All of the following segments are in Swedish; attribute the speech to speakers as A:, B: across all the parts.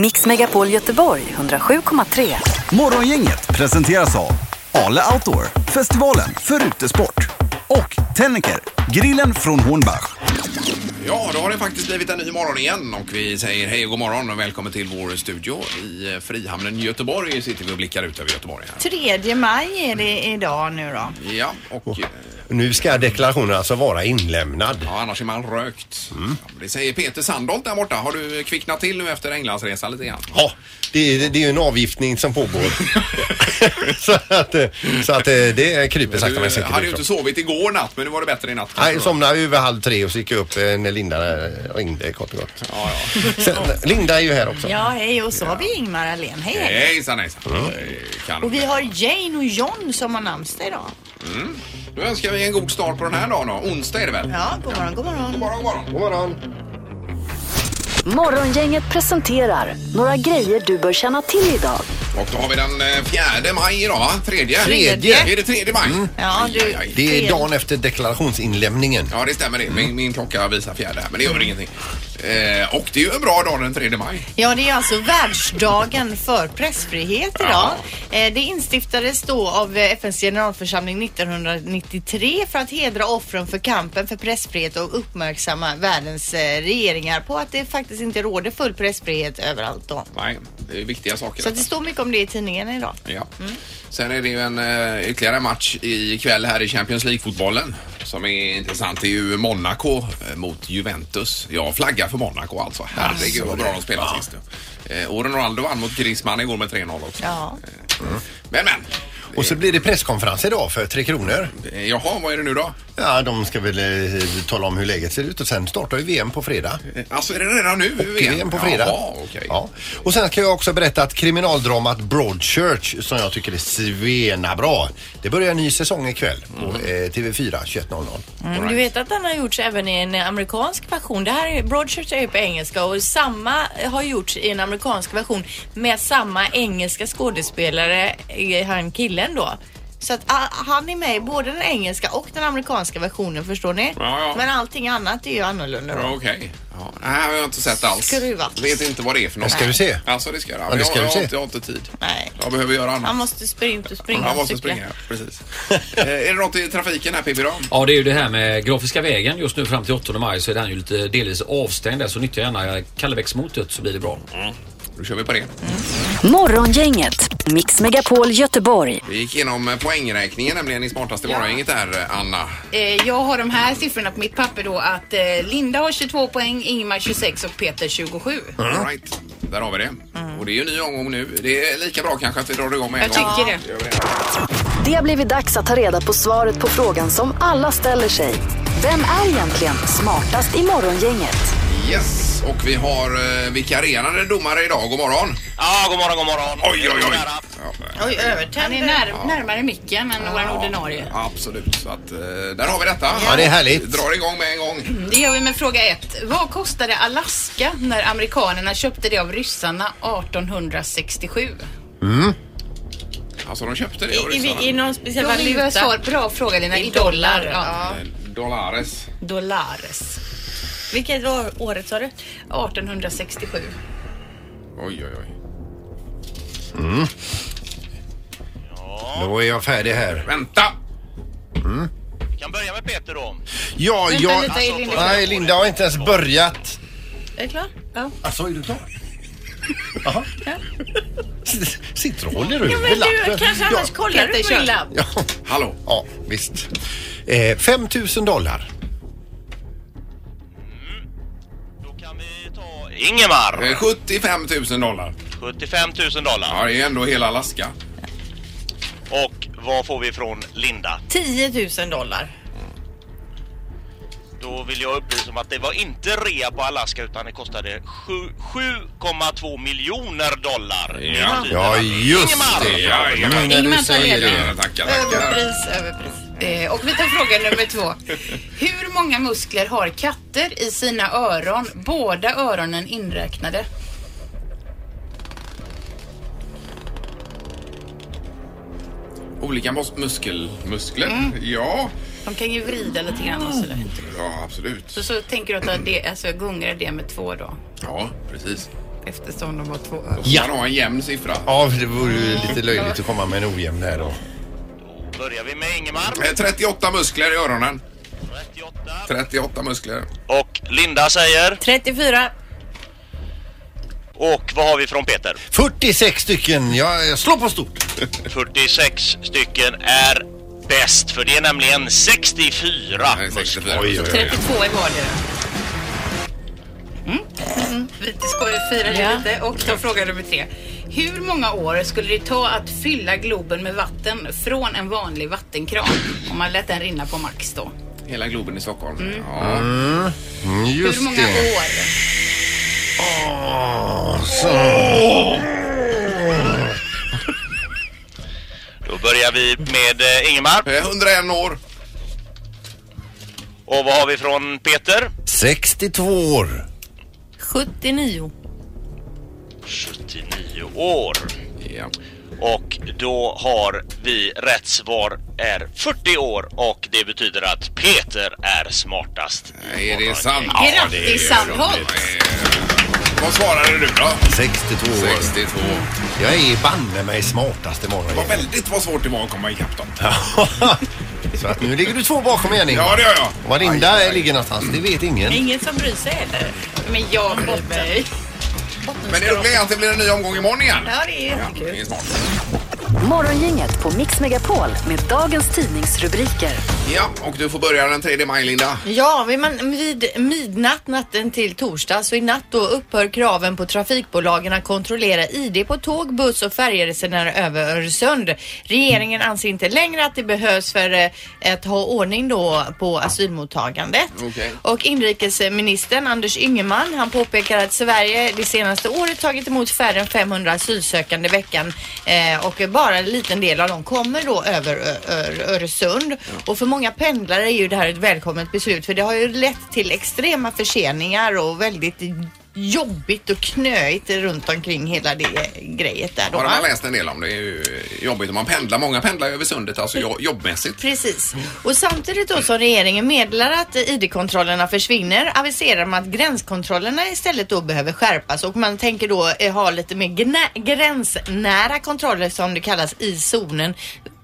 A: Mix Megapol Göteborg 107,3.
B: Morgongänget presenteras av Ale Outdoor, festivalen för utesport och Tennecker, grillen från Hornbach.
C: Ja, då har det faktiskt blivit en ny morgon igen och vi säger hej och god morgon och välkommen till vår studio i eh, Frihamnen i Göteborg. Sitter vi och blickar ut över Göteborg här.
D: 3 maj är det idag nu då.
C: Ja, och eh,
E: Nu ska deklarationen alltså vara inlämnad.
C: ja, annars är man rökt.
E: Mm.
C: Ja, Det säger Peter Sandholt där borta. Har du kvicknat till nu efter Englandsresan lite grann?
E: Ja, det är, det är ju en avgiftning som pågår. så att, eh, så att eh, det kryper sakta men
C: Du eh,
E: säkert
C: hade ju
E: ifrån.
C: inte sovit igår natt, men nu var det bättre i natt.
E: Nej, somnade över halv tre och så gick jag upp eh, när Linda eh, ringde kort och gott.
C: Ja, ja.
E: Sen, Linda är ju här också.
D: Ja, hej och så har vi Ingmar Ahlén. Hej, hej.
C: Hejsan, hejsan.
E: Mm.
C: Eh, Kanon.
D: Och vi har Jane och John som har namnsdag idag.
C: Då önskar vi en god start på den här dagen då. Onsdag är det väl?
D: Ja, god morgon, god
C: God
D: morgon.
C: morgon, god morgon.
E: God morgon.
A: Morgongänget presenterar några grejer du bör känna till idag.
C: Och då har vi den eh, fjärde maj idag, va? Tredje?
D: Tredje.
C: Är det tredje maj?
E: Mm.
D: Ja,
C: Aj, aj,
D: du,
C: aj.
E: Det är dagen efter deklarationsinlämningen.
C: Ja, det stämmer det. Min, min klocka visar fjärde här, men det gör väl ingenting. Eh, och det är ju en bra dag den 3 maj.
D: ja, det är alltså världsdagen för pressfrihet idag. Eh, Det instiftades då av eh, FNs generalförsamling 1993 för att hedra offren för kampen för pressfrihet och uppmärksamma världens eh, regeringar på att det faktiskt inte råder full pressfrihet överallt då.
C: Nej, det är viktiga saker.
D: Så att det Mm. står mycket om det i tidningarna idag.
C: Ja. Sen är det ju en eh, ytterligare match ikväll här i Champions League-fotbollen som är intressant. Det är ju Monaco eh, mot Juventus. Jag flaggar för Monaco alltså. Herregud vad bra de spelar sist nu. Eh, och Ronaldo vann mot Griezmann igår med 3-0 också. Eh,
D: Ja.
C: Men men,
E: Och så blir det presskonferens idag för Tre Kronor.
C: eh, jaha vad är det nu då?
E: Ja, de ska väl eh, tala om hur läget ser ut och sen startar ju VM på fredag.
C: Eh, Alltså är det redan nu?
E: VM på fredag.
C: Jaha, okej.
E: ja. Och sen kan jag också berätta att kriminaldramat Broadchurch som jag tycker är svenabra. Det börjar en ny säsong ikväll på eh, TV4 21.00.
F: Mm, du vet att den har gjorts även i en amerikansk version. Det här är, Broadchurch är ju på engelska och samma har gjorts i en amerikansk version med samma engelska skådespelare, eh, han killen då.
D: Så att ah, han är med i både den engelska och den amerikanska versionen förstår ni?
C: Ja, ja.
D: Men allting annat är ju annorlunda
C: Ja,
D: då.
C: Okej. Ja, nej, jag har jag inte sett alls.
D: Skruvat.
C: Vet inte vad det är för något.
E: Ska du se?
C: Alltså det ska jag.
E: Ja, det ska
C: jag,
E: du
C: jag, har
E: se.
C: inte, jag har inte tid.
D: Nej.
C: Jag behöver göra annat.
D: Han måste springa ut och springa
C: Han
D: och
C: måste
D: cykla.
C: springa, precis. eh, är det något i trafiken här Pippi då?
G: Ja, det är ju det här med Grafiska vägen. Just nu fram till 8 maj så är den ju lite delvis avstängd där, så nyttja gärna Kallebäcksmotet så blir det bra.
C: Då kör vi på det.
A: Morgongänget, Mix Megapol Göteborg.
C: Vi gick igenom eh, poängräkningen nämligen i smartaste morgongänget där, eh, Anna.
H: Eh, Jag har de här siffrorna på mitt papper då att eh, Linda har 22 poäng, Ingmar 26 och Peter 27.
E: Mm.
C: All right. Där har vi det.
D: Mm.
C: Och det är ju en ny omgång nu. Det är lika bra kanske att vi drar igång med en
H: Jag tycker det.
C: Gör vi det.
A: Det har blivit dags att ta reda på svaret på frågan som alla ställer sig. Vem är egentligen smartast i morgongänget?
C: Yes, och vi har eh, vikarierande domare idag. God morgon.
I: Ja, god morgon, god morgon.
C: Oj, oj, oj. Ja,
D: Oj,
H: Han är
D: övertänd.
H: när, närmare micken än vår ordinarie.
C: Absolut, så att eh, där har vi detta.
E: Ja, det är härligt.
C: Vi drar igång med en gång.
H: Det gör vi med fråga ett. Vad kostade Alaska när amerikanerna köpte det av ryssarna 1867?
C: Alltså de köpte det av
F: I,
C: ryssarna.
F: i, i någon
H: Då
F: speciell
H: vill vi ha
F: valuta?
H: svar. Bra fråga Lina.
F: I
H: I dollar.
F: dollar,
H: Ja.
C: Eh, Dollares.
H: Dollares.
F: Vilket år, året sa du?
H: 1867.
C: Oj, oj, oj.
E: Då är jag färdig här.
C: Vänta!
I: Vi kan börja med Peter då.
E: Ja,
H: Vänta
E: jag...
H: lite, Elin.
E: Nej, Linda har inte ens börjat.
F: Är det klart? Ja.
E: Alltså, är du klar? Jaha. S- Sitter och håller ut
F: Men du,
E: lappen.
F: kanske annars
E: Ja,
F: kollar du
H: Peter,
F: på
H: kör.
F: din labb?
E: ja,
C: Hallå?
E: ja, visst. Eh, 5 000 dollar.
I: Då kan vi ta Ingemar.
C: Eh, 75 000 dollar.
I: 75 000 dollar.
C: Ja, det är ändå hela Alaska.
I: Och vad får vi från Linda?
D: 10 000 dollar.
I: Då vill jag upplysa om att det var inte rea på Alaska utan det kostade sju- 7,2 miljoner dollar.
C: Ja.
E: Ja, just det.
C: Ja, ja, ja.
E: När du
H: Ingmar tar
E: säger det.
C: Ja, Tackar, tackar.
D: Överpris, överpris.
H: Eh, och vi tar fråga nummer två. Hur många muskler har katter i sina öron? Båda öronen inräknade.
C: Olika mus- muskel, muskler.
E: Mm.
C: Ja.
H: De kan ju vrida lite grann och sådär.
C: ja, absolut.
H: Så, så tänker du att det, alltså, jag gungar det med två då.
C: Ja, precis.
H: eftersom de har två öron.
C: Ja. Man har en jämn siffra.
E: Ja, det vore ju lite löjligt att komma med en ojämn där då.
I: Då börjar vi med Ingemar.
C: Eh, 38 muskler i öronen.
I: 38.
C: 38 muskler. Eh,
I: Och Linda säger.
F: 34.
I: Och vad har vi från Peter?
E: 46 stycken. Jag, jag slår på stort.
I: 46 stycken är bäst för det är nämligen 64
C: Nej,
I: muskler.
C: 64.
E: Oj, oj, oj.
H: 32 i vardera. Mm. Vi skojar firar det
F: Ja.
H: lite och tar fråga nummer tre. Hur många år skulle det ta att fylla Globen med vatten från en vanlig vattenkran? Om man lät den rinna på max då.
C: Hela Globen i Stockholm. Ja.
E: Mm, Just
H: Hur många
E: det.
H: år?
E: Åh, så.
I: Då börjar vi med eh, Ingemar.
C: Eh, 101 år.
I: Och vad har vi från Peter?
E: 62 år.
F: 79.
I: 79 år.
C: Ja.
I: Och då har vi rätt svar är 40 år och det betyder att Peter är smartast. i
C: Är det
I: morgon.
C: sant?
H: Grattis Sandholt!
C: Eh, Vad svarade du då?
E: 62 år.
C: 62.
E: Jag är banne mig smartast
C: Det var
E: imorgon.
C: väldigt vad svårt det var att komma ikapp dem.
E: Så att nu ligger du två bakom igen
C: Ja,
E: Ingmar.
C: det gör jag.
E: Var
C: Aj, aj,
E: Linda
C: aj.
E: ligger någonstans, det vet ingen.
F: Ingen som bryr sig heller.
H: Men jag bryr mig.
C: Men det roliga är att det blir en ny omgång imorgon igen.
H: Ja, det är
C: det är smart.
A: Morgongänget på Mix Megapol med dagens tidningsrubriker.
C: Ja, och du får börja den 3 maj, Linda.
F: Ja, vid, man, vid midnatt natten till torsdag så i natt då upphör kraven på trafikbolagen att kontrollera ID på tåg, buss och färjeresenärer över Öresund. Regeringen anser inte längre att det behövs för eh, att ha ordning då på asylmottagandet.
C: Okej.
F: Och inrikesministern Anders Ygeman han påpekar att Sverige det senaste året tagit emot färre än 500 asylsökande i veckan eh, och bara en liten del av dem kommer då över Ö- Ö- Öresund. Och för många pendlare är ju det här ett välkommet beslut för det har ju lett till extrema förseningar och väldigt jobbigt och knöigt runt omkring hela det grejet där då.
C: Har
F: va?
C: man läst en del om. Det är ju jobbigt om man pendlar. Många pendlar över sundet, alltså jo- jobbmässigt.
F: Precis. Och samtidigt då som regeringen meddelar att ID-kontrollerna försvinner aviserar man att gränskontrollerna istället då behöver skärpas och man tänker då eh, ha lite mer gnä- gränsnära kontroller som det kallas i zonen.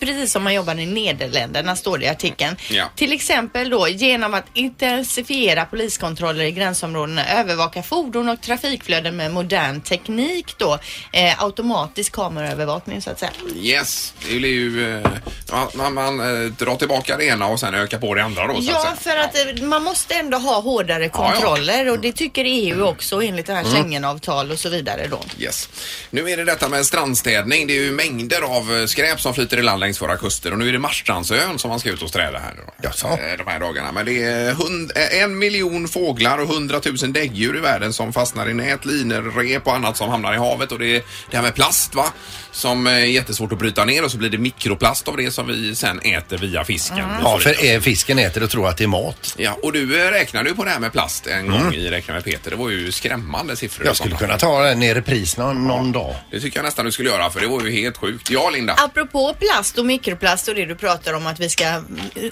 F: Precis som man jobbar i Nederländerna står det i artikeln.
C: Ja.
F: Till exempel då genom att intensifiera poliskontroller i gränsområdena, övervaka fordon och trafikflöden med modern teknik då. Eh, automatisk kameraövervakning så att säga.
C: Yes, det blir ju... eh, Man, man, man eh, drar tillbaka det ena och sen ökar på det andra då, så
F: Ja,
C: att säga.
F: för att eh, man måste ändå ha hårdare kontroller och det tycker
C: Mm.
F: EU också enligt det här Schengenavtal och så vidare då.
C: Yes. Nu är det detta med strandstädning. Det är ju mängder av eh, skräp som flyter i land längs våra kuster och nu är det Marstrandsön som man ska ut och städa här nu då.
E: Jaså?
C: Eh, De här dagarna. Men det är hund, eh, en miljon fåglar och hundratusen däggdjur i världen som fastnar i nät, linor, rep och annat som hamnar i havet och det är det här med plast va? Som eh, är jättesvårt att bryta ner och så blir det mikroplast av det som vi sen äter via fisken. Vi får
E: Ja,
C: i oss.
E: för eh, fisken äter och tror att det är mat.
C: Ja, och du eh, räknade ju på det här med plast en gång i Räkna med Peter. Det var ju skrämmande siffror.
E: Mm. Jag
C: och
E: skulle
C: sånt.
E: kunna ta den i repris någon, någon dag.
C: Det tycker jag nästan du skulle göra för det var ju helt sjukt. Ja, Linda.
F: Apropå plast och mikroplast och det du pratar om att vi ska eh,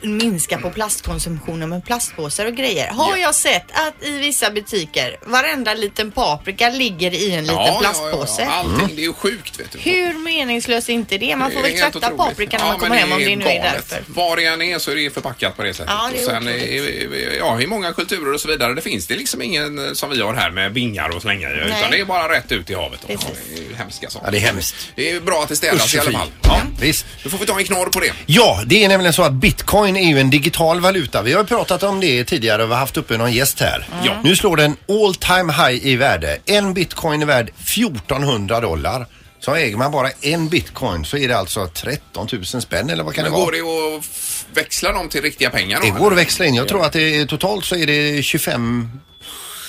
F: minska på plastkonsumtionen med plastpåsar och grejer. Har
C: Ja.
F: jag sett att i vissa butiker varenda liten paprika ligger i en liten plastpåse?
C: Ja, ja, ja.
E: Mm.
C: Allting, det är ju sjukt vet du.
F: Hur meningslöst är inte det? Man får
C: Det är
F: väl
C: helt
F: tvätta
C: otroligt.
F: paprikan när
C: Ja,
F: man
C: men
F: kommer hem om
C: är
F: det nu är
C: galet.
F: därför.
C: Var det än är så är det förpackat på det sättet.
F: Ja, det är
C: och sen
F: otroligt.
C: är- är- ja, i många kulturer och så vidare det finns det liksom ingen eh, som vi har här med bingar och slänga i. Utan det är bara rätt ut i havet. Och,
F: Precis.
C: det är ju hemska saker.
E: Ja, det är hemskt.
C: Det är ju bra att det städas
E: Usch,
C: i alla
E: fy.
C: fall.
E: Ja, visst.
C: Då får vi ta en knorr på det.
E: Ja, det är nämligen så att bitcoin är ju en digital valuta. Vi har ju pratat om det tidigare och vi har haft uppe någon gäst här.
C: Mm. Ja.
E: Nu slår den all time high i värde. En bitcoin är värd 1400 dollar. Så äger man bara en bitcoin så är det alltså 13 000 spänn eller vad kan
C: Men
E: det vara?
C: går det att f- växla dem till riktiga pengar? då,
E: Det
C: eller?
E: går att växla in. Jag tror att det är, totalt så är det 25,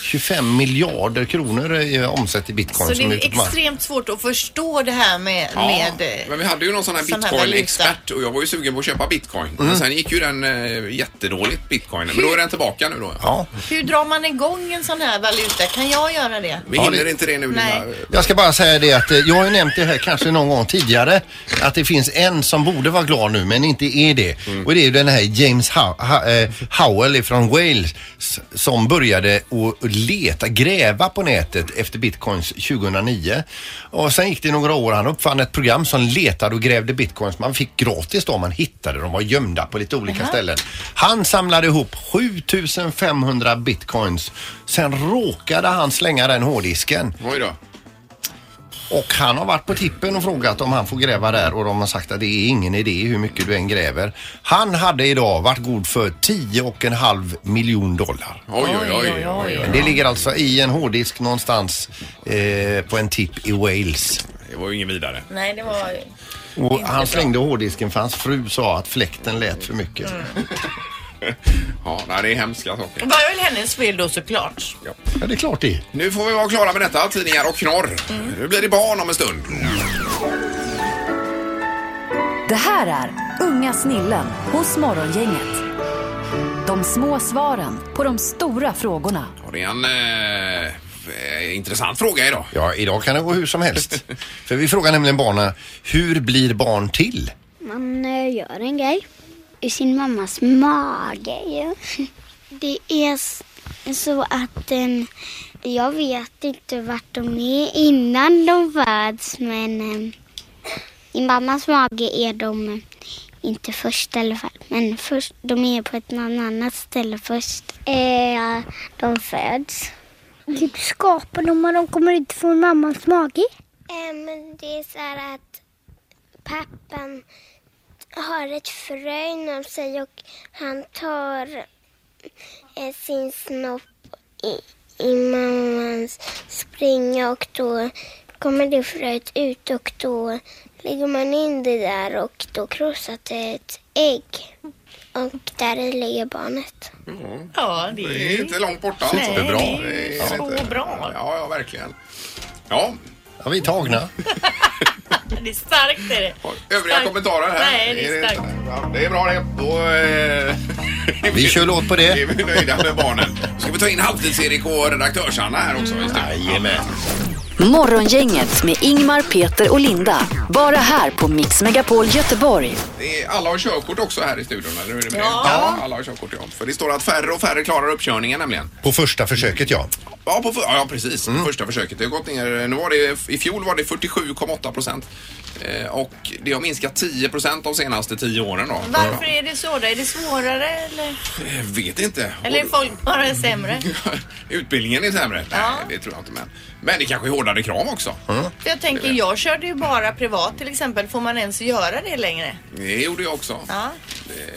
E: 25 miljarder kronor i omsätt i bitcoin.
F: Så det
E: som
F: är
E: ute på marknaden.
F: extremt svårt att förstå det här med...
C: Ja,
F: med eh,
C: men vi hade ju någon sån här
F: sån här valuta.
C: bitcoin-expert och jag var ju sugen på att köpa bitcoin.
E: Mm.
C: Men sen gick ju den eh, jättedåligt, bitcoinen. Men då är den tillbaka nu då.
E: Ja.
F: Hur drar man igång en sån här valuta? Kan jag göra det?
C: Vi
E: Ja,
C: hinner
E: det-
C: inte det nu
F: Nej.
C: Linda.
E: Jag ska bara säga det att eh, jag har ju nämnt det här kanske någon gång tidigare att det finns en som borde vara glad nu men inte är det. Och det är ju den här James How- Ha- eh, Howell ifrån Wales som började att leta, gräva på nätet efter bitcoins 2009. Och sen gick det några år. Han uppfann ett program som letade och grävde bitcoins. Man fick gratis då om man hittade. De var gömda på lite olika ställen. Han samlade ihop 7500 bitcoins. Sen råkade han slänga den hårddisken.
C: Oj då.
E: Och han har varit på tippen och frågat om han får gräva där och de har sagt att det är ingen idé hur mycket du än gräver. Han hade idag varit god för 10,5 miljon dollar.
C: Oj, oj, oj. oj,
E: Men Det ligger alltså i en hårddisk någonstans eh, på en tipp i Wales.
C: Det var ju ingen vidare.
F: Nej, det var...
E: Och han slängde hårddisken för hans fru sa att fläkten lät för mycket.
C: Ja, nej, det är hemska saker.
F: Det var väl hennes fel då såklart.
E: Ja, det är klart det.
C: Nu får vi vara klara med detta, tidningar och knorr.
F: Mm.
C: Nu blir det barn om en stund.
A: Det här är Unga snillen hos Morgongänget. De små svaren på de stora frågorna.
C: Och det är en eh, eh, intressant fråga idag.
E: Ja, idag kan det gå hur som helst. För vi frågar nämligen barnen, hur blir barn till?
J: Man eh, gör en grej ur sin mammas mage ju. Det är s- så att eh, jag vet inte vart de är innan de föds men eh, i mammas mage är de eh, inte först i alla fall. Men först, de är på ett någon annat ställe först. Eh, de föds. Typ skapar de och de kommer ut från mammas mage? det är så här att pappan har ett frö inom sig och han tar eh, sin snopp i, i mammans springa och då kommer det fröet ut och då lägger man in det där och då krossar det ett ägg. Och där i ligger barnet.
F: Ja, det
C: Det är
F: är...
C: inte långt borta.
E: Superbra.
C: Nej, det är
F: så
C: inte.
F: bra.
C: Ja, ja, verkligen. Ja,
E: Ja, vi är tagna.
F: Det är starkt är det.
C: och övriga
F: Starkt.
C: kommentarer här.
F: Nej, det är starkt.
C: Ja, det är bra det. Då eh,
E: Vi kör låt på
C: är
E: det.
C: vi nöjda med barnen. Ska vi ta in halvtids-Erik och redaktörs-Anna här också?
F: Mm.
C: i studion?
E: Jajamän.
A: Morgongänget med Ingmar, Peter och Linda. Bara här på Mix Megapol Göteborg.
C: Det är, alla har körkort också här i studion, eller hur är det med ja. ja. Alla har körkort, ja. För det står att färre och färre klarar uppkörningen nämligen.
E: På första försöket, ja.
C: Ja, på för, ja precis. Första försöket. Det har gått ner. Nu var det, I fjol var det 47,8 procent. Eh, och det har minskat 10 procent de senaste tio åren. Då.
F: Varför är det så då? Är det svårare eller,
C: Jag vet inte.
F: eller är folk bara sämre?
C: Utbildningen är sämre. Nej, det tror jag inte. Men, men det kanske är hårdare krav också.
F: För jag tänker, jag körde ju bara privat till exempel. Får man ens göra det längre?
C: Det gjorde jag också.
F: Ja.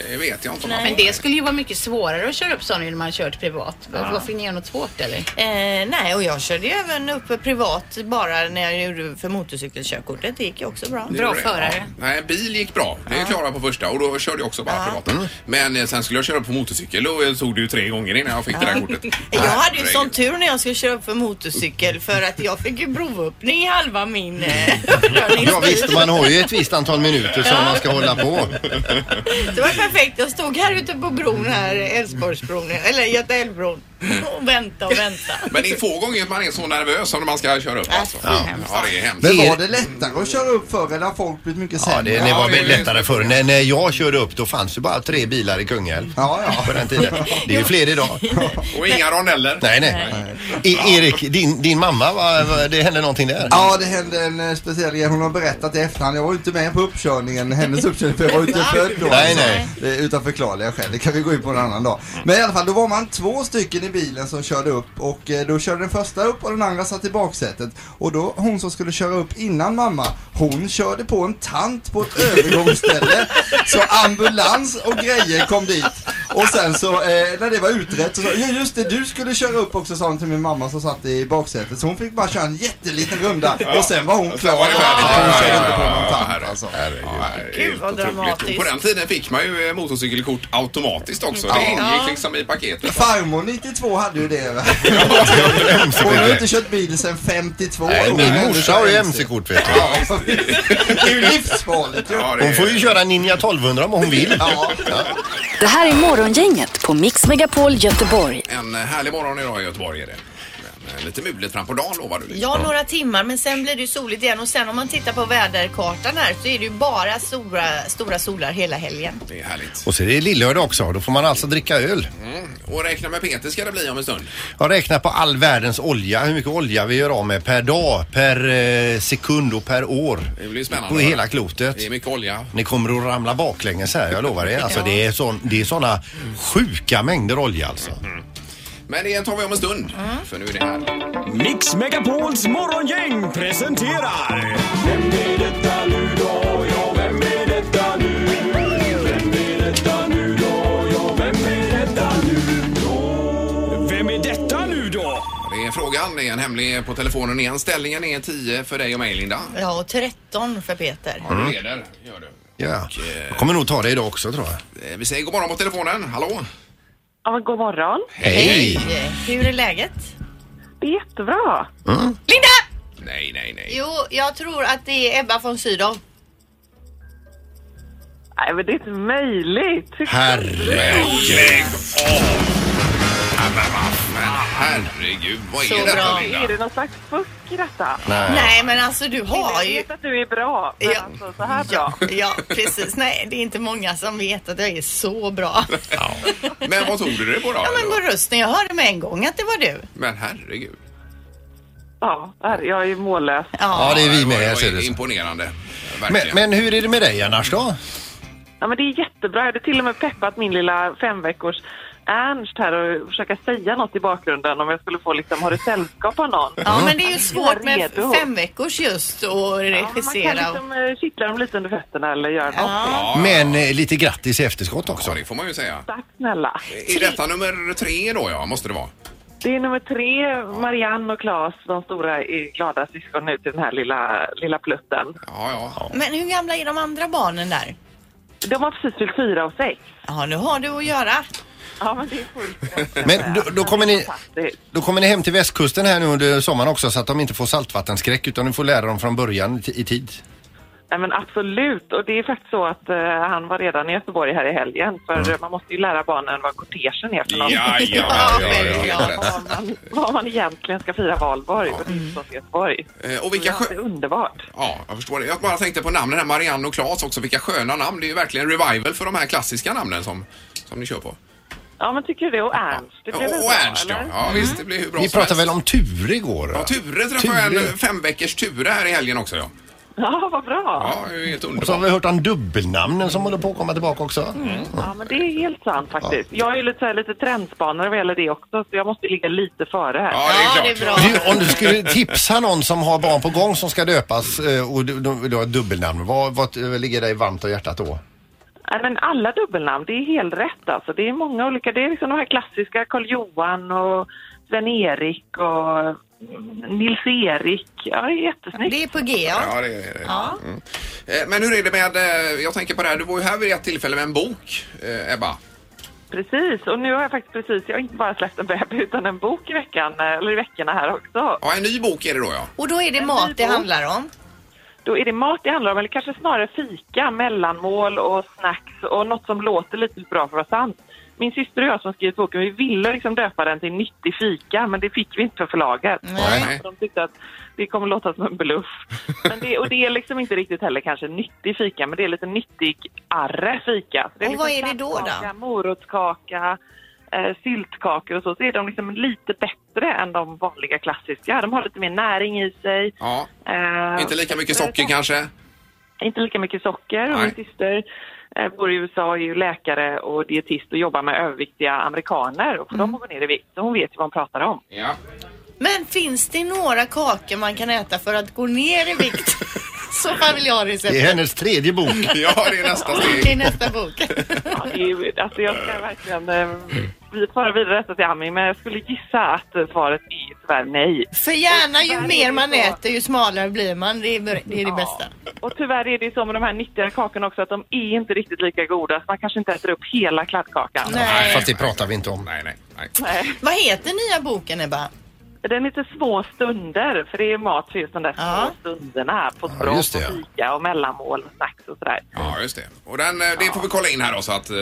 C: Det vet jag inte om man
H: Men
C: får.
H: det skulle ju vara mycket svårare att köra upp sådana när man kört privat. Varför fick ni göra något svårt eller?
F: Eh, nej, och jag körde ju även upp privat bara när jag gjorde för motorcykelkörkortet. Det gick ju också bra.
H: Bra
C: Det gjorde det.
H: förare.
C: Ja. Nej, bil gick bra. Det är klara på första och då körde jag också bara privat. Men eh, sen skulle jag köra på motorcykel och eh, tog det ju tre gånger innan jag fick det där kortet.
F: Jag hade ju
C: Herregud.
F: sån tur när jag skulle köra upp för motorcykel för att jag fick ju provöppning i halva min eh, uppkörningstid.
E: Ja visst, man har ju ett visst antal minuter som man ska hålla på.
F: Det var perfekt. Jag stod här ute på bron här, Älvsborgsbron, eller Göta älvbron och väntade och väntade.
C: Men det är få gånger man är så nervös som när man ska köra upp. Alltså. Ja. det är hemskt.
K: Men var det lättare att köra upp förr eller har folk blivit mycket
E: Ja,
K: sämre?
E: det, det var väl lättare förr. När, när jag körde upp då fanns det bara tre bilar i Kungälv.
K: Ja, ja.
E: På den tiden. Det är ju fler idag.
C: Och inga rondeller.
E: Nej, nej. E Erik, din, din mamma, va, va, det hände någonting där?
K: Ja, det hände en eh, speciell grej. Hon har berättat i efterhand. Jag var ju inte med på uppkörningen, hennes uppkörning, för jag var ju inte född då.
E: Nej, nej.
K: Det är utan förklarliga skäl. Det kan vi gå in på en annan dag. Men i alla fall, då var man två stycken i bilen som körde upp och eh, då körde den första upp och den andra satt i baksätet. Och då hon som skulle köra upp innan mamma, hon körde på en tant på ett övergångsställe. Så ambulans och grejer kom dit. Och sen så, eh, när det var utrett så sa ja just det, du skulle köra upp också sa hon till min mamma som satt i baksätet. Så hon fick bara köra en jätteliten runda och sen var hon klar.
C: var det färdigt.
K: Hon
C: Ja,
K: körde inte
C: ja,
K: på
C: ja,
K: någon
C: ja,
K: tant
C: herre.
K: alltså.
C: Ja, det är
F: Gud,
C: helt
F: vad
C: Ah. otroligt.
F: dramatiskt.
C: På den tiden fick man ju eh, motorcykelkort automatiskt också. Det ingick liksom i paketet.
K: Farmor 92 hade ju det. va? Hon har ju inte kört bil sedan 52.
E: Nej,
K: Hon
E: min
K: hade
E: morsa
K: kört
E: har ju
K: MC.
E: MC-kort vet du.
K: Ja, det är ju livsfarligt ju.
C: Ja, det
E: Hon får ju
C: är-
E: köra Ninja 1200 om hon vill.
K: Ja.
A: Det här är Morgongänget på Mix Megapol Göteborg.
C: En härlig morgon idag i Göteborg är det. Men, Eh, Lite mulet fram på dagen lovar du.
D: Ja, några timmar men sen blir det ju soligt igen och sen om man tittar på väderkartan här så är det ju bara stora, stora solar hela helgen.
C: Det är härligt.
E: Och så är det lillördag också. Då får man alltså dricka öl.
C: Mm. Och räkna med Peter ska det bli om en stund.
E: Jag räknar på all världens olja, hur mycket olja vi gör av med per dag, per eh, sekund och per år.
C: Det blir spännande.
E: På hela klotet.
C: Det är mycket olja.
E: Ni kommer att ramla baklänges här, jag lovar er. Alltså, det, är sån, det är såna sjuka mängder olja alltså.
C: Men det tar vi om en stund.
F: Mm.
C: För nu är det här.
L: Mix Megapols morgongäng presenterar... Vem är detta nu då? Ja, vem är detta nu? Vem är detta nu då? Ja, vem är detta nu då? Vem är detta nu då?
C: Det är frågan. Det är en hemlig på telefonen igen. Ställningen är 10 för dig och mig Linda.
D: Ja, och 13 för Peter.
C: Ja, du leder. Gör du.
E: Ja. Jag kommer nog ta det idag också tror jag.
C: Eh, Vi säger god morgon på telefonen. Hallå?
M: Ja, god morgon.
E: Hej!
D: Eh, Hur är läget?
M: Det är jättebra.
D: Linda!
C: Nej, nej, nej.
D: Jo, jag tror att det är Ebba von Sydow.
M: Nej, men det är inte möjligt.
C: Herregud! Ja, men vad- Men herregud, vad är detta
M: Är
C: Linda?
M: det någon slags fusk i detta?
C: Nej.
D: Nej, men alltså du har
M: Jag
D: ju...
M: vet att du är bra, men
D: Ja.
M: alltså så här
D: Ja,
M: bra.
D: ja, precis. Nej, det är inte många som vet att jag är så bra.
C: Men vad tog du det på då?
D: Ja, men på rösten. Jag hörde med en gång att det var du.
C: Men herregud.
M: Ja, här- jag är mållös.
E: Ja, det är vi med,
C: var-
E: jag ser
C: var
E: det så.
C: Imponerande.
E: Men,
C: Verkligen.
E: men hur är det med dig annars då?
M: Ja, men det är jättebra. Jag hade till och med peppat min lilla femveckors Ernst här och försöka säga något i bakgrunden om jag skulle få liksom, har du sällskap av någon?
D: Ja, men det är ju
M: Jag
D: svårt
M: är
D: med
M: redo.
D: fem veckors just och
M: Man kan
D: regissera. och-
M: liksom eh, kittla dem lite under fötterna eller göra något.
E: Men eh, lite grattis i efterskott också.
C: Det får man ju säga.
M: Tack snälla.
C: Är detta nummer tre då ja, måste det vara?
M: Det är nummer tre, Marianne och Claes, de stora är glada syskon nu till den här lilla, lilla plutten.
C: Ja, ja.
D: Men hur gamla är de andra barnen där?
M: De har precis fyllt fyra och sex.
D: Ja, nu har du att göra.
M: Ja, men det är fullt.
E: Men då, då, kommer ni, då kommer ni hem till västkusten här nu under sommaren också så att de inte får saltvattenskräck utan ni får lära dem från början i ti- i tid.
M: Nej, men absolut. Och det är faktiskt så att eh, han var redan i Göteborg här i helgen. För
E: Mm.
M: eh, man måste ju lära barnen vad kortegen är för något.
C: Ja, ja, ja, ja, ja, ja.
M: Vad man, vad man egentligen ska fira valborg och det är förstås Göteborg.
E: Mm.
C: Eh, Och vilka
M: Ja, det är underbart.
C: Ja, jag förstår det. Jag bara tänkte på namnen här, Marianne och Claes också. Vilka sköna namn. Det är ju verkligen revival för de här klassiska namnen som, som ni kör på.
M: Ja, men tycker du det? Och Ernst? Det
C: Ja,
M: blir väl
C: och
M: bra,
C: Ernst ja.
M: eller?
C: ja visst, det blir hur bra
E: Vi
C: som
E: pratade
C: helst.
E: väl om Ture igår?
C: Ja, Ture träffade jag en femveckors Ture här i helgen också ja.
M: Ja, vad bra.
C: Ja, det är ju helt
E: Och så har
C: underbart.
E: vi hört om dubbelnamnen som håller på att komma tillbaka också.
C: Mm.
M: Ja, men det är helt sant faktiskt. Jag är ju lite, så här, lite trendspanare vad gäller det också, så jag måste ligga lite före här.
C: Ja, det är klart.
D: bra.
E: Du, om du skulle tipsa någon som har barn på gång som ska döpas eh, och du, du, du har ett dubbelnamn, vad, vad eh, ligger dig varmt om hjärtat då?
M: Nej, men alla dubbelnamn, det är helt rätt alltså. Det är många olika. Det är liksom de här klassiska Karl Johan och Sven-Erik och Nils-Erik. Ja, det är jättesnyggt.
D: Det är på G, ja.
C: Ja, det är det. Mm. Eh, Men hur är det med, eh, jag tänker på det här, du var ju här vid ett tillfälle med en bok, eh, Ebba.
M: Precis. Och nu har jag faktiskt precis, jag har inte bara släppt en bebis utan en bok i veckan, eh, eller i veckorna här också.
C: Ja, en ny bok är det då ja.
D: Och då är det mat det handlar om.
M: Då är det mat det handlar om, eller kanske snarare fika, mellanmål och snacks och något som låter lite bra för att vara sant. Min syster och jag som skrivit boken, vi ville liksom döpa den till Nyttig fika, men det fick vi inte för förlaget.
C: Nej.
M: För De tyckte att det kommer låta som en bluff. Men det, och det är liksom inte riktigt heller kanske nyttig fika, men det är lite nyttig arre fika. Så det är
D: Och
M: liksom
D: vad är det då då?
M: kladdkaka, Morotskaka, eh, syltkakor och så. Så är de liksom lite bättre än de vanliga klassiska. De har lite mer näring i sig.
C: Ja,
M: Eh,
C: inte lika mycket
M: men-
C: socker kanske?
M: inte lika mycket socker. Och
C: Nej.
M: min syster eh, bor i USA, är ju läkare och dietist och jobbar med överviktiga amerikaner. Och för
D: Mm.
M: dem att gå ner i vikt, så hon vet ju vad hon pratar om.
C: Ja.
D: Men finns det några kakor man kan äta för att gå ner i vikt? Så fan vill jag ha
E: Det är
D: recept.
E: hennes tredje bok.
C: Ja, det är nästa
D: Det är
C: steg.
D: nästa bok.
M: Ja, det är, ju- alltså jag ska verkligen eh, vi- föra vidare detta till Ami, men jag skulle gissa att eh, svaret är tyvärr nej.
D: För gärna ju mer man äter ju smalare blir man. Det är det, är det bästa.
M: Och tyvärr är det ju så med de här nyttiga kakorna också att de är inte riktigt lika goda. Så man kanske inte äter upp hela kladdkakan.
D: Nej.
E: Fast det pratar vi inte om.
C: Nej, nej, nej.
M: Nej.
D: Vad heter nya boken Ebba?
M: Den heter Små stunder, för det är mat för just de där små stunderna. På
C: Ja,
M: språk
C: just det,
M: och
C: ja.
M: fika och mellanmål och snacks och sådär.
C: Ja, just det. Och den, eh, det får vi kolla in här då så att eh,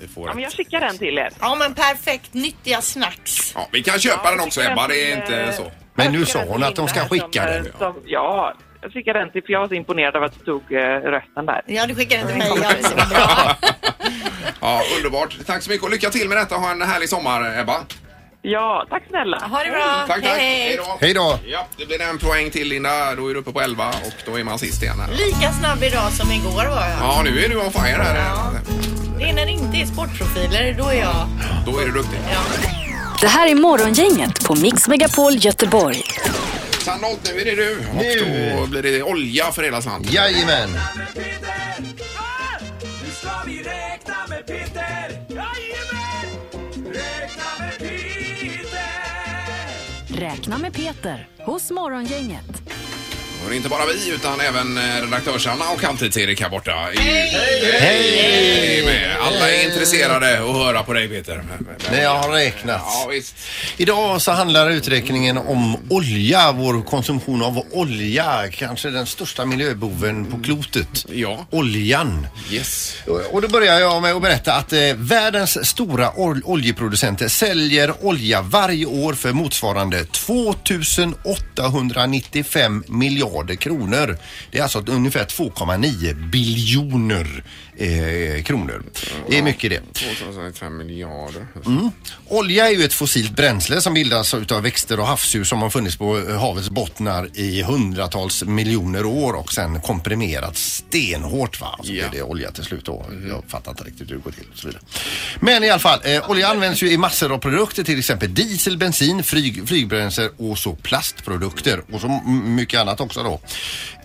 C: vi
M: Ja,
C: får...
M: men
C: ett-
M: jag skickar den till er.
D: Ja, men perfekt. Nyttiga snacks.
C: Ja, vi kan köpa
M: Ja,
C: den också
M: jag
C: Ebba,
M: tycker
C: det är
M: att,
C: inte
M: eh,
C: så.
E: Men nu sa hon att de ska skicka den.
M: Som, ja, jag skickar den till, för jag var så imponerad av att du tog eh, rösten där.
D: Ja, du skickar den till mig.
C: Ja, underbart. Tack så mycket och lycka till med detta. Ha en härlig sommar Ebba.
M: Ja, tack snälla.
D: Ha det bra.
C: Tack, tack. Hej då.
E: Hej då.
C: Ja, det blir en poäng till Linda. Då är du uppe på 11 och då är man sist igen här.
D: Lika snabb idag som igår var jag.
C: Ja, nu är du on fire här.
D: Det är när det inte är sportprofiler, då är jag...
C: Då är du duktig.
A: Det här är Morgongänget på Mix Megapol Göteborg.
C: Sandholt, nu är det du. Och då blir det olja för hela slanten.
E: Jajamän.
L: Nu ska vi räkna med Peter! Jajamän! Räkna med Peter!
A: Räkna med Peter hos Morgongänget.
C: Och det är inte bara vi utan även eh, redaktörs-Anna och halvtids-Erik här borta. Hej! Hej! med. Alla är intresserade att höra på dig Peter.
E: När jag har räknat.
C: Ja, visst.
E: Idag så handlar uträkningen om olja, vår konsumtion av olja. Kanske den största miljöboven på klotet.
C: Ja.
E: Oljan.
C: Yes.
E: Och då börjar jag med att berätta att eh, världens stora ol- oljeproducenter säljer olja varje år för motsvarande 2895 miljarder kronor. Det är alltså ungefär 2,9 biljoner eh, kronor. Det är mycket det.
C: 2,5 miljarder.
E: Mm. Olja är ju ett fossilt bränsle som bildas av växter och havsdjur som har funnits på eh, havets bottnar i hundratals miljoner år och sen komprimerats stenhårt. Va? Så blir det olja till slut då. Jag fattar inte riktigt hur det går till och så vidare. Men i alla fall, eh, olja används ju i massor av produkter, till exempel diesel, bensin, flyg, flygbränsle och så plastprodukter och så m- mycket annat också då.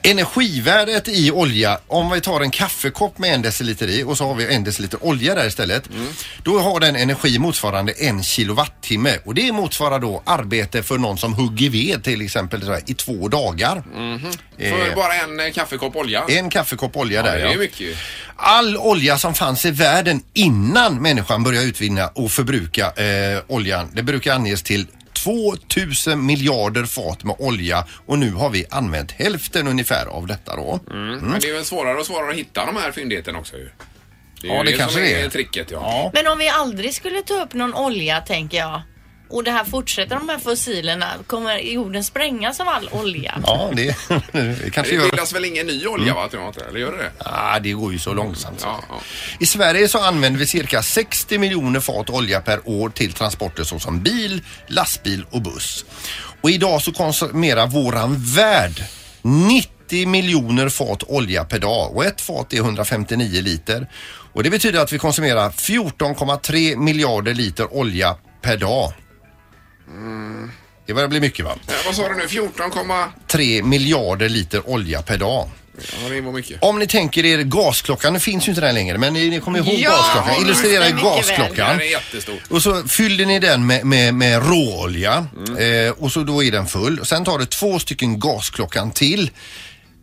E: Energivärdet i olja, om vi tar en kaffekopp med en deciliter i och så har vi en deciliter olja där istället. Då har den energi motsvarande en kilowattimme och det motsvarar då arbete för någon som hugger ved till exempel så här, i två dagar.
C: Mm-hmm. För
E: Eh,
C: bara en eh, kaffekopp olja.
E: En kaffekopp olja
C: Ja,
E: där
C: det är mycket ju.
E: All olja som fanns i världen innan människan började utvinna och förbruka eh, oljan, det brukar anges till 2000 miljarder fat med olja och nu har vi använt hälften ungefär av detta då. Mm.
C: Men det är väl svårare och svårare att hitta de här fyndigheterna också ju. Det är
E: Ja,
C: ju
E: det kanske
C: som
E: det
C: är.
E: är.
C: tricket ja.
F: Men om vi aldrig skulle ta upp någon olja, tänker jag. Och det här fortsätter, de här fossilerna, kommer jorden sprängas av all olja?
E: Ja, det, det Mm.
C: Men
E: kanske
C: Det
E: gör.
C: bildas väl ingen ny olja va, tror jag inte? Eller gör det det?
E: Ah, det går ju så långsamt.
C: Ja, ja.
E: I Sverige så använder vi cirka 60 miljoner fat olja per år till transporter såsom bil, lastbil och buss. Och idag så konsumerar våran värld 90 miljoner fat olja per dag och ett fat är 159 liter. Och det betyder att vi konsumerar 14,3 miljarder liter olja per dag.
C: Mm.
E: Det börjar bli mycket va?
C: Eh, Vad sa du nu? 14, komma-
E: 3 miljarder liter olja per dag.
C: ja det var mycket.
E: Om ni tänker er gasklockan, nu finns ju inte den längre, men ni, ni kommer ihåg
C: Ja,
E: gasklockan.
C: det
E: Illustrera
C: stämmer mycket väl.
E: gasklockan.
C: Den är jättestor.
E: Och så fyllde ni den med, med, med råolja eh, och så då är den full. Sen tar du två stycken gasklockan till.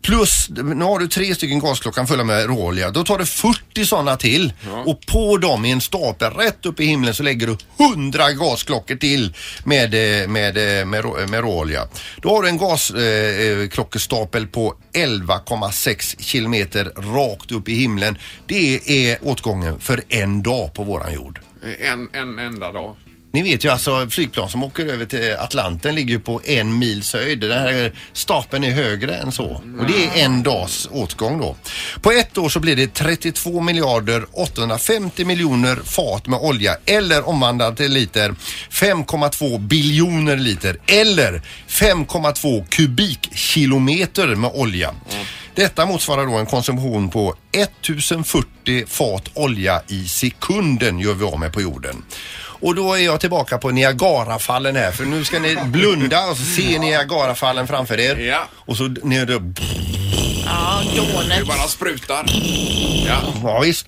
E: Plus, nu har du tre stycken gasklockan fulla med råolja. Då tar du 40 sådana till och på dem i en stapel rätt upp i himlen så lägger du 100 gasklockor till med, eh, med, eh, med, rå- med råolja. Då har du en gasklockestapel på 11,6 kilometer rakt upp i himlen. Det är åtgången för en dag på våran jord.
C: En, en enda dag.
E: Ni vet ju alltså flygplan som åker över till Atlanten ligger ju på en mils höjd. Den här stapeln är högre än så. Och det är en dags åtgång då. På ett år så blir det 32 miljarder 850 miljoner fat med olja eller omvandlat till liter 5,2 biljoner liter eller 5,2 kubikkilometer med olja. Detta motsvarar då en konsumtion på 1040 fat olja i sekunden gör vi av med på jorden. Och då är jag tillbaka på Niagarafallen här för nu ska ni blunda och så se Niagarafallen framför er. Och så när det...
F: Ja, dånet.
C: Det bara sprutar. Ja.
E: Ja, visst.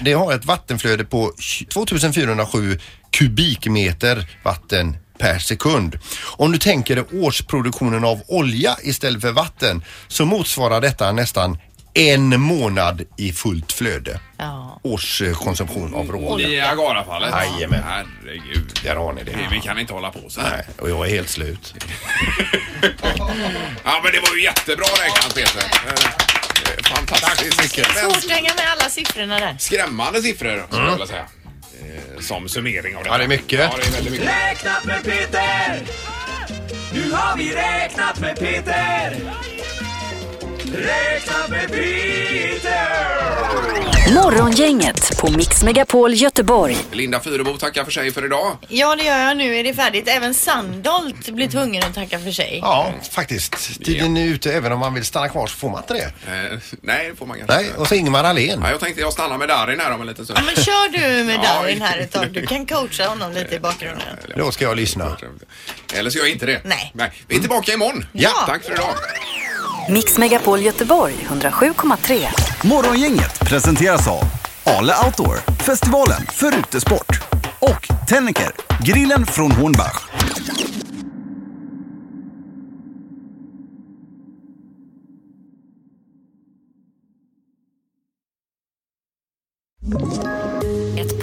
E: Det har ett vattenflöde på 2407 kubikmeter vatten per sekund. Om du tänker dig årsproduktionen av olja istället för vatten så motsvarar detta nästan en månad i fullt flöde.
F: Ja.
E: Årskonsumtion av råolja.
C: I Agarafallet?
E: Jajamän.
C: Herregud.
E: Där har ni det.
C: Vi kan inte hålla på så här.
E: Nej, och jag är helt slut.
C: Ja, men det var ju jättebra räknat Peter. Eh, Fantastiskt. Tack
F: Svårt att hänga med alla siffrorna där.
C: Skrämmande siffror, skulle jag vilja säga. Eh, Som summering av
E: Mm.
C: det.
E: Ja, det är mycket.
C: Ja, det är väldigt mycket.
L: Räknat med Peter! Nu har vi räknat med Peter! Räknat med Peter!
A: Morgongänget på Mix Megapol Göteborg.
C: Linda Fyrebo tackar för sig för idag.
F: Ja, det gör jag. Nu är det färdigt. Även Sandholt blir tvungen att tacka för sig.
E: Ja, faktiskt. Tiden är ute. Även om man vill stanna kvar så får man inte det.
C: Eh, nej, det får man kanske
E: Nej,
C: inte.
E: och så Ingemar Ahlén.
C: Ja, jag tänkte jag stannar med Darin här om en liten stund.
F: Ja, men kör du med
C: Ja,
F: Darin här ett tag. Du kan coacha honom lite i bakgrunden.
E: Då ska jag lyssna.
C: Eller så gör jag inte det.
F: Nej.
C: Vi är tillbaka imorgon.
A: Ja.
C: Tack för idag.
A: Mix Megapol Göteborg 107,3.
B: Morgongänget presenteras av Ale Outdoor, festivalen för utesport och Tennecker, grillen från Hornbach.
N: Ett